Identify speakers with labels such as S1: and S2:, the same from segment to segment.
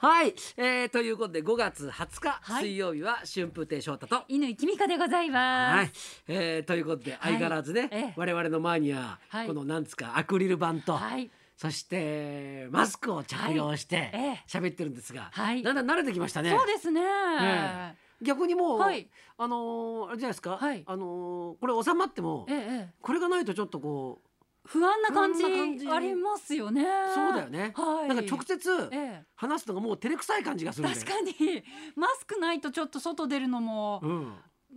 S1: はい、えー、ということで5月20日、
S2: はい
S1: 水曜日は春風亭昇太と。
S2: 犬井君香でござい
S1: は
S2: ま
S1: い
S2: す。、
S1: えー、ということで相変わらずね、
S2: ええ
S1: 我々の前には、
S2: はい
S1: このなんつうかアクリル板と、
S2: はい。
S1: そしてマスクを着用して
S2: はいええ
S1: 喋ってるんですが、
S2: はい
S1: だんだん慣れてきましたね。
S2: そうですね。
S1: え逆にもう、
S2: はい
S1: あのーあれじゃないですか、
S2: はい
S1: あのーこれ収まっても
S2: ええ。
S1: これがないとちょっとこ
S2: 不安な感じ
S1: 不安な感じ
S2: ありますよね。
S1: うそうだよね、
S2: はい。
S1: なんか直接
S2: ええ。
S1: 話すのがもう照れくさい感じがするんだよ
S2: 確かにマスクないとちょっと外出るのも
S1: うん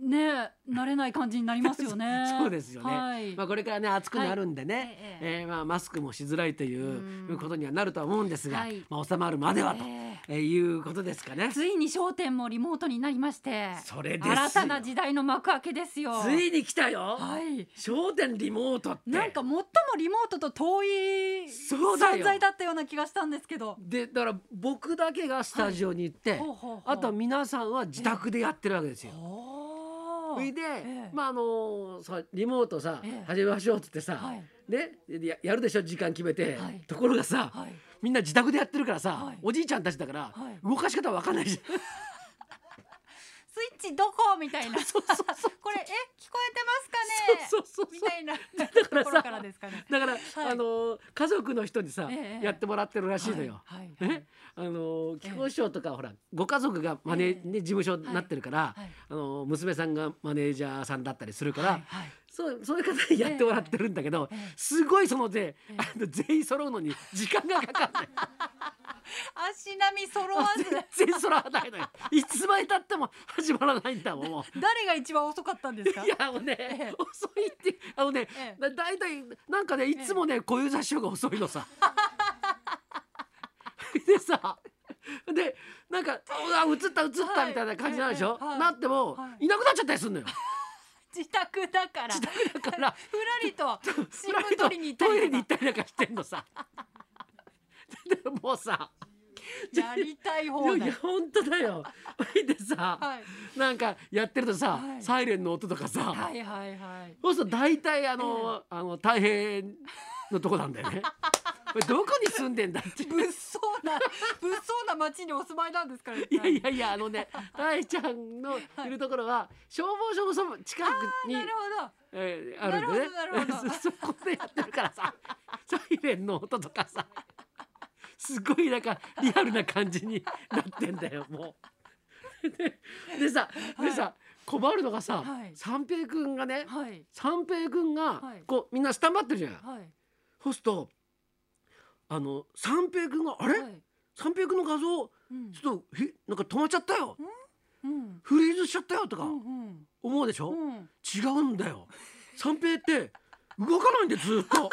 S2: ね慣れない感じになりますよね。
S1: そうですよね
S2: はい。
S1: まあ、これからね暑くなるんでね、
S2: ええええ
S1: えーまあ、マスクもしづらいといううんことにはなるとは思うんですが、
S2: はい
S1: まあ、収まるまではと、
S2: え
S1: えーいうことですかね
S2: え。ついに商店もリモートになりまして、
S1: それですよ
S2: 新たな時代の幕開けですよ。
S1: ついに来たよ
S2: はい。
S1: 『笑点』リモートって。
S2: なんか最もリモートと遠い
S1: そうだよ
S2: 存在だったような気がしたんですけど。
S1: でだから僕だけがスタジオに行って、
S2: ほうほうほう
S1: あとは皆さんは自宅でやってるわけですよ。
S2: お
S1: それ
S2: ー
S1: で、
S2: ええ
S1: まああのーさリモートさ、
S2: ええ
S1: 始めましょうって言ってさ、
S2: はい
S1: ねでややるでしょ時間決めて、
S2: はい
S1: ところがさ、
S2: はい
S1: みんな自宅でやってるからさ、
S2: はい
S1: おじいちゃんたちだから、
S2: はい
S1: 動かし方わかんないじゃん。
S2: スイッチどこみたいなこれえ聞こえてますかね
S1: そうそうそうそう
S2: みたいな
S1: だからさ
S2: ところからですかね
S1: だから、
S2: はい
S1: あのー家族の人にさ、
S2: ええ
S1: やってもらってるらしいのよ。
S2: はいはい
S1: ね、あのー木久扇師匠とか、ほらご家族がマネ、
S2: ええ
S1: ね、事務所になってるから、
S2: はいはい
S1: あのー娘さんがマネージャーさんだったりするから、
S2: はいはい
S1: そうそういう方にやってもらってるんだけど、
S2: ええ
S1: すごいそので、あの全員揃うのに時間がか かる
S2: 足並み揃わず
S1: 全然揃わないのよいつまでたっても始まらないんだ もんもう。
S2: 誰が一番遅かったんですか
S1: いやもうね、
S2: ええ
S1: 遅いってあのね、
S2: ええ
S1: だだいたいなんかねいつもね、小遊三師匠が遅いのさ。 でさでなんか「うわ映った映った」
S2: はい
S1: みたいな感じなんでしょ、
S2: ええはい
S1: なっても、
S2: はい
S1: い、なくなっちゃったりすんのよ。
S2: 自宅だから
S1: 自宅だから
S2: ふらりと
S1: フ
S2: 新
S1: ライ
S2: 聞
S1: ト
S2: 取りに行った
S1: トイレ
S2: り
S1: に行っ
S2: と
S1: たりなんかしてんのさ。でもうさ
S2: かやりたい
S1: いや
S2: 放
S1: いや
S2: 題
S1: 本当だよ。でさ、
S2: はい
S1: なんかやってるとさ、
S2: はい
S1: サイレンの音とかさ、
S2: はいはいはい
S1: そうすると大体あの、あの太平のとこなんだよね。 これどこに住んでんだって。
S2: 物騒な物騒な町にお住まいなんですから
S1: いやいやいやあの ね、大ちゃんのいるところは消防署のそば近くに
S2: なるほど
S1: えーあるんでね
S2: なるほどなるほど
S1: そこでやってるから さサイレンの音とかさすごいなんかリアルな感じになってんだよもう。ででさでさ、困るのがさ、
S2: はい
S1: 三平くんがね、
S2: はい
S1: 三平くんが
S2: はい
S1: こうみんなスタンバってるじゃん。
S2: はい
S1: そうするとあの三平くんが「あれ、
S2: はい
S1: 三平くんの画像
S2: うん
S1: ちょっとへなんか止まっちゃったよ
S2: うん
S1: フリーズしちゃったよ」と
S2: う
S1: か
S2: んうん
S1: 思うでしょ、
S2: うん
S1: 違うんだ よ三平って動かないんでずっと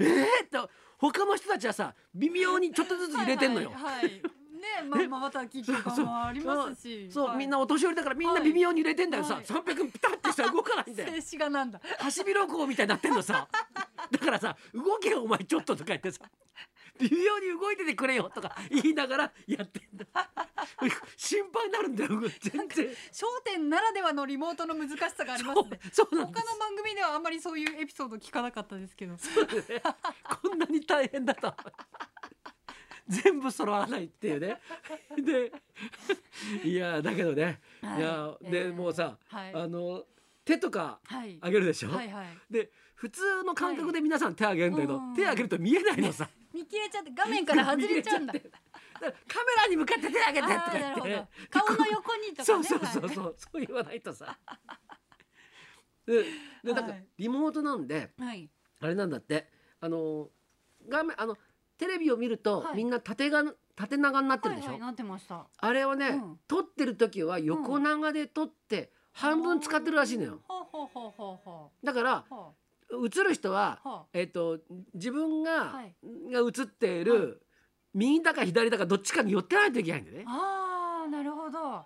S1: えーっと他の人たちはさ微妙にちょっとずつ入れてんのよ、
S2: はいはいはいねまあまあまた聞くかもありますし
S1: そう、
S2: はい
S1: みんなお年寄りだからみんな
S2: はい
S1: 微妙に入れてんだよさ、
S2: はい
S1: 三平君ピタッて したら動かないんだよ
S2: 静止画なんだ
S1: ハシビロコウみたいになってんのさ。だからさ、動けよお前ちょっととか言ってさ、微妙に動いててくれよとか言いながらやってんだ。 心配になるんだよ、全然。
S2: 商店ならではのリモートの難しさがありますね
S1: そうそう
S2: 他
S1: な
S2: の
S1: んです
S2: 番組ではあんまりそういうエピソード聞かなかったですけど
S1: ね こんなに大変だと。全部揃わないっていうね。で、いやだけどね、
S2: はい
S1: い、やで、
S2: えー
S1: もうさ、
S2: はい
S1: あの手とか
S2: はい
S1: あげるでしょ。
S2: はいはい
S1: で普通の感覚で皆さん手あげるんだけど、
S2: はい
S1: 手あげると見えないのさ。
S2: 見切れちゃって画面から外れちゃうんだ
S1: 見切れちゃってだからカメラに向かって手あげてと
S2: あ
S1: か
S2: ーな
S1: 言
S2: るほ
S1: って
S2: ど顔の横にと
S1: そ
S2: か
S1: う
S2: ね
S1: そうそうそう、そう言わないとさででだか
S2: は
S1: ら
S2: い
S1: リモートなんで
S2: はい
S1: あれなんだってあの画面あのテレビを見ると、
S2: はい
S1: みんな縦が縦長になって
S2: は
S1: る
S2: い
S1: でしょ、
S2: はいなってました
S1: あれはね、
S2: うん
S1: 撮ってる時は横長で撮って、半分使ってるらしいのよ
S2: ほうほうほうほうほ
S1: だから
S2: うほ
S1: 映る人は
S2: う、ほ
S1: えっと自分が、
S2: はい
S1: が映っている、
S2: は
S1: 右だか左だかどっちかに寄ってないといけないんだよね
S2: う。ああなるほど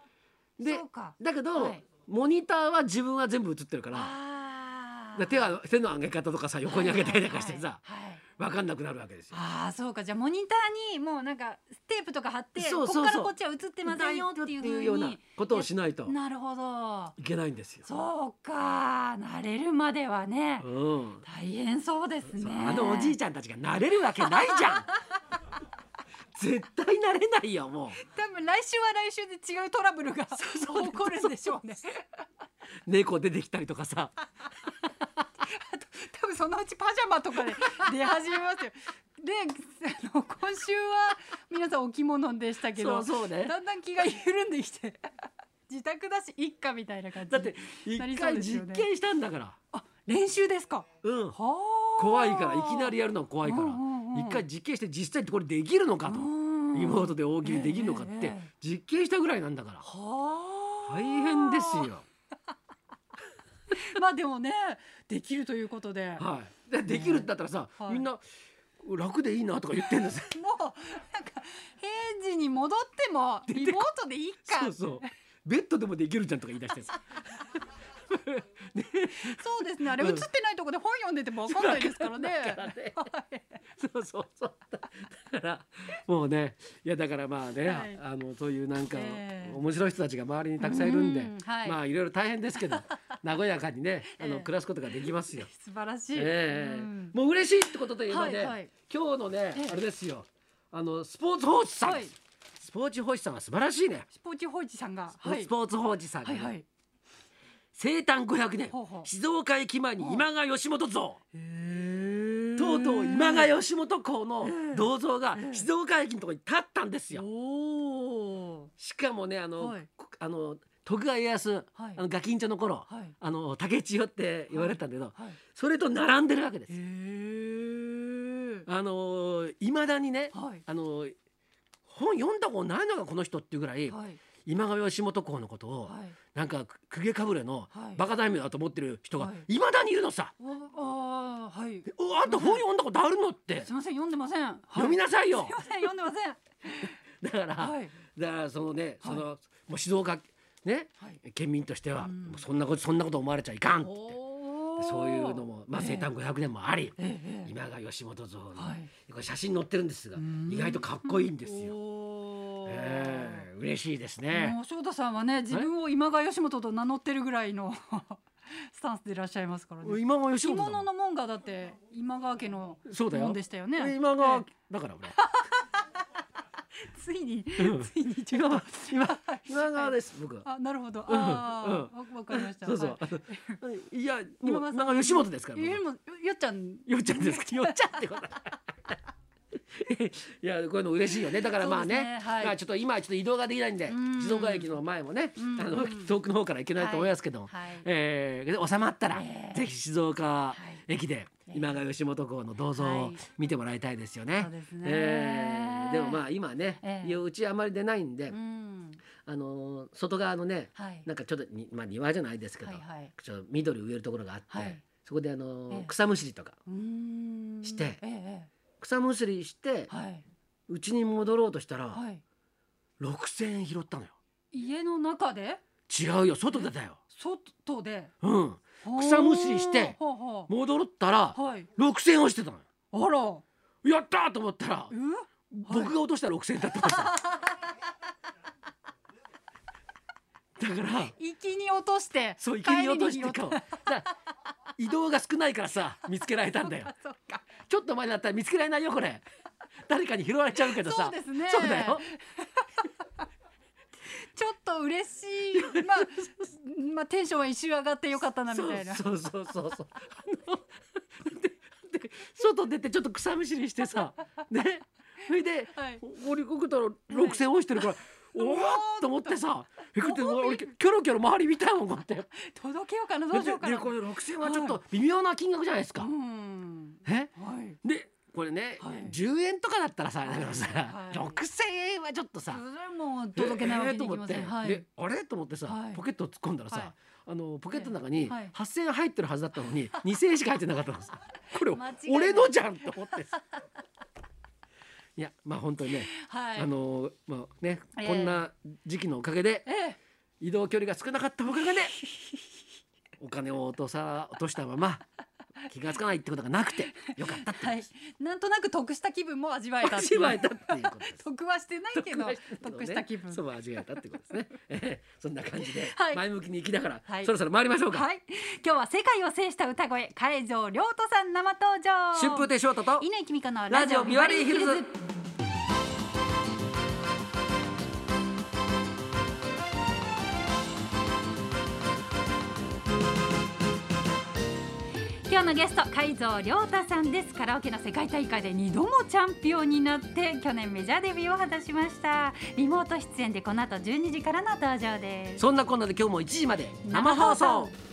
S1: で
S2: そうか
S1: だけど、
S2: はい
S1: モニターは自分は全部映ってるからだか
S2: あ
S1: ら手は手の上げ方とかさ横に上げたりとかしてさ、
S2: はい
S1: 分かんなくなるわけですよ。
S2: ああそうかじゃあモニターにもうなんかテープとか貼って
S1: そうそうそう
S2: こっからこっちは映ってませんよっていう
S1: 歌
S2: ふ
S1: よ
S2: う
S1: うな
S2: に
S1: ことをしないと
S2: なるほど
S1: いけないんですよ。
S2: そうか慣れるまではね、
S1: うん
S2: 大変そうですね
S1: そうあのおじいちゃんたちがなれるわけないじゃ ん絶対なれないよも
S2: 多分来週は来週で違うトラブルが起こるんでしょうね
S1: う猫出てきたりとかさ
S2: 多分そのうちパジャマとかで出始めますよであの今週は皆さんお着物でしたけど
S1: そうそうね
S2: だんだん気が緩んできて自宅だし一家みたいな感じ
S1: だって
S2: なり
S1: 一
S2: そう
S1: 回
S2: ですよ
S1: 実
S2: ね
S1: 験したんだから
S2: あ練習ですか
S1: うん
S2: はあ
S1: 怖いからいきなりやるのは怖いから
S2: うんうんうん
S1: 一回実験して実際ってこれできるのかと
S2: うん
S1: 妹で大喜利できるのかっ
S2: ええ
S1: て
S2: ええ
S1: 実験したぐらいなんだから
S2: はあ
S1: 大変ですよ
S2: まあでもねできるということでも
S1: はいでできるんだったらさ
S2: はい
S1: みんな楽でいいなとか言ってるんです
S2: うなんか平時に戻ってもリモートでいいか
S1: そうそう。ベッドでもできるじゃんとか言い出してさ。
S2: そうですねあれ映
S1: う
S2: っ
S1: ん
S2: てないとこで本読んでてもわかんないですか らね
S1: だからね。そうそうそう。だからもうね、いやだからまあね、
S2: はい
S1: あのそういうなんか、
S2: ええ
S1: 面白い人たちが周りにたくさんいるんで、
S2: うんはい
S1: まあいろいろ大変ですけ ど、和やかにね、あの、
S2: ええ
S1: 暮らすことができますよ。
S2: 素晴らしい、
S1: ええ
S2: うん
S1: もう嬉しいってことといえばね、
S2: はいはい
S1: 今日のね、
S2: ええ
S1: あれですよ。あのスポーツ報知さん、
S2: はい
S1: スポーツ報知さんは素晴らしいね。
S2: スポーツ報知さんがはい
S1: スポーツ報知さんが
S2: は
S1: ね、
S2: いはい
S1: 生誕500年
S2: ほうほう
S1: 静岡駅前に今川義元像。
S2: へえ
S1: とうとう今川義元公の銅像が静岡駅のところに立ったんですよ。
S2: おお
S1: しかもねあの、
S2: はい
S1: こあの徳川家康、
S2: はい
S1: あのガキンチョの頃、
S2: はい
S1: あの竹千代って言われてたんだけど、
S2: はい
S1: それと並んでるわけです。
S2: へえ
S1: あのいまだにね、
S2: はい
S1: あの本読んだことないのがこの人っていうぐらい、
S2: はい
S1: 今川義元公のことを、
S2: はい
S1: なんか公家かぶれの、
S2: はい
S1: バカ大名だと思ってる人が、、
S2: はい
S1: まだにいるのさ。
S2: おあーはい
S1: おあんた本読んだことあるのって
S2: すみません読んでません、はい、
S1: 読みなさいよ
S2: すみ。ません読んでま せん
S1: だから、
S2: はい
S1: だからそのね、そのもう静岡ね、
S2: はい
S1: 県民としては、
S2: うん
S1: もうそんなことそんなこと思われちゃいかんって言って
S2: お
S1: で
S2: ー
S1: そういうのもまあ生誕500年もあり、
S2: えええ
S1: 今が吉本像の、
S2: はい
S1: これ写真載ってるんですが
S2: うん
S1: 意外とかっこいいん
S2: え
S1: ですよ。
S2: おー
S1: ええ嬉しいです
S2: も
S1: ね。
S2: う翔太さんはね自分を今川義元と名乗ってるぐらいの スタンスでいらっしゃいますからね
S1: 今が吉本
S2: 着
S1: だも
S2: 物
S1: ん
S2: の門がだって今川家の
S1: そうだよ
S2: 門でしたよね
S1: 俺今が、
S2: え
S1: だから俺
S2: えついに
S1: うん
S2: ついにちょ
S1: 今
S2: っと
S1: が今今がです、僕は。
S2: あなるほど
S1: うん
S2: あーわわかりました
S1: そうそ
S2: は
S1: う
S2: い。
S1: あのいやも
S2: 今
S1: う
S2: 川さん
S1: 今が吉本ですから。僕は
S2: よりもよよっちゃん
S1: よっちゃんです か。よっちゃんってこと。 いやこういうの嬉しいよねだからまあね
S2: そうですねはい
S1: まあちょっと今はちょっと移動ができないんで
S2: うん
S1: 静岡駅の前もね
S2: うん
S1: あの遠くの方から行けないと思いますけども、
S2: はいはい
S1: えーで収まったら、
S2: ええ
S1: ぜひ静岡駅で
S2: え
S1: 今川義元公の銅像
S2: は
S1: を
S2: い
S1: 見てもらいたいですよね。
S2: そうですね
S1: えーでもまあ今ね、
S2: ええ
S1: いやうちあまり出ないんで、
S2: うん
S1: あのー外側のね
S2: はい
S1: なんかちょっとに、まあ、庭じゃないですけど、
S2: はいはい
S1: ちょっと緑植えるところがあって、
S2: はい
S1: そこであのー
S2: ええ
S1: 草むしりとか
S2: うーん
S1: して
S2: えええ
S1: 草むしりして
S2: えはい。
S1: うちに戻ろうとしたら、
S2: はい。
S1: 6,000円拾ったのよ
S2: 家の中で、
S1: 違うよ外でだよ
S2: 外で。
S1: うん
S2: ほ
S1: 草
S2: う
S1: むしりして
S2: ほうほう
S1: 戻ったら
S2: はい。
S1: 6,000円落ちてたのよ
S2: あら。
S1: やったーと思ったら
S2: え
S1: 僕が落とした6,000円だったの さだから
S2: 息に落として。
S1: そう池に落として
S2: 帰りに拾
S1: こ
S2: っ
S1: うだから移動が少ないからさ見つけられたんだよ
S2: た。そっか。
S1: ちょっと前だったら見つけられないよこれ誰かに拾われちゃうけどさ
S2: そうですね
S1: そうだよ
S2: ちょっと嬉しい。まあ。 まあ、テンションは一瞬上がってよかったなみたいな。
S1: そうそうそうそうそうあのでで外出てちょっと草むしりしてさねそれで
S2: はい。
S1: 降りくったら六千落ちてるから、おおっと思ってさえくって
S2: ご褒美
S1: 俺キョロキョロ周り見たもんこうやってで
S2: 届けようかな、どうしようか
S1: で
S2: な。
S1: これ六千はちょっと微妙な金額じゃないですか、
S2: うん。
S1: え
S2: はい。
S1: でこれね、
S2: はい
S1: 十10円とかだったらさだけどさ、
S2: はい
S1: 六千円はちょっとさ、
S2: それもう届けないわけにいきませ
S1: えー
S2: ん。
S1: と思
S2: は
S1: っ
S2: い
S1: てで。あれと思ってさ、
S2: はい
S1: ポケットを突っ込んだらさ、
S2: はい
S1: あのポケットの中に
S2: はい
S1: 8,000円入ってるはずだったのに2,000円し か入ってなかったのさこれ
S2: 間違いない
S1: 俺のじゃんと思ってさいやまあ本当にね、
S2: はい。
S1: あ。のまあね、
S2: ええ
S1: こんな時期のおかげで
S2: ええ。
S1: 移動距離が少なかったおかげでお金を落とさ落としたまま気がつかないってことがなくてよかったってこと
S2: は
S1: で
S2: い
S1: す、。
S2: なんとなく得した気分も味わえたってい
S1: 味
S2: う。
S1: わえたっていうことです。
S2: 得はしてないけど
S1: はして、ないけどね
S2: 得した気分。
S1: そう味わえたってことですね。ええそんな感じで
S2: はい
S1: 前向きに生きながら、
S2: はい
S1: そろそろ参りましょうか。
S2: はい。今日は世界を制した歌声、海上亮斗さん生登場。
S1: 春風亭昇太と
S2: 稲井君香の
S1: ラジオビバリーヒルズ。
S2: 今日のゲスト海蔵亮太さんですカラオケの世界大会で2度もチャンピオンになって去年メジャーデビューを果たしましたリモート出演でこの後12時からの登場です
S1: そんなこんなで今日も1時まで生放送。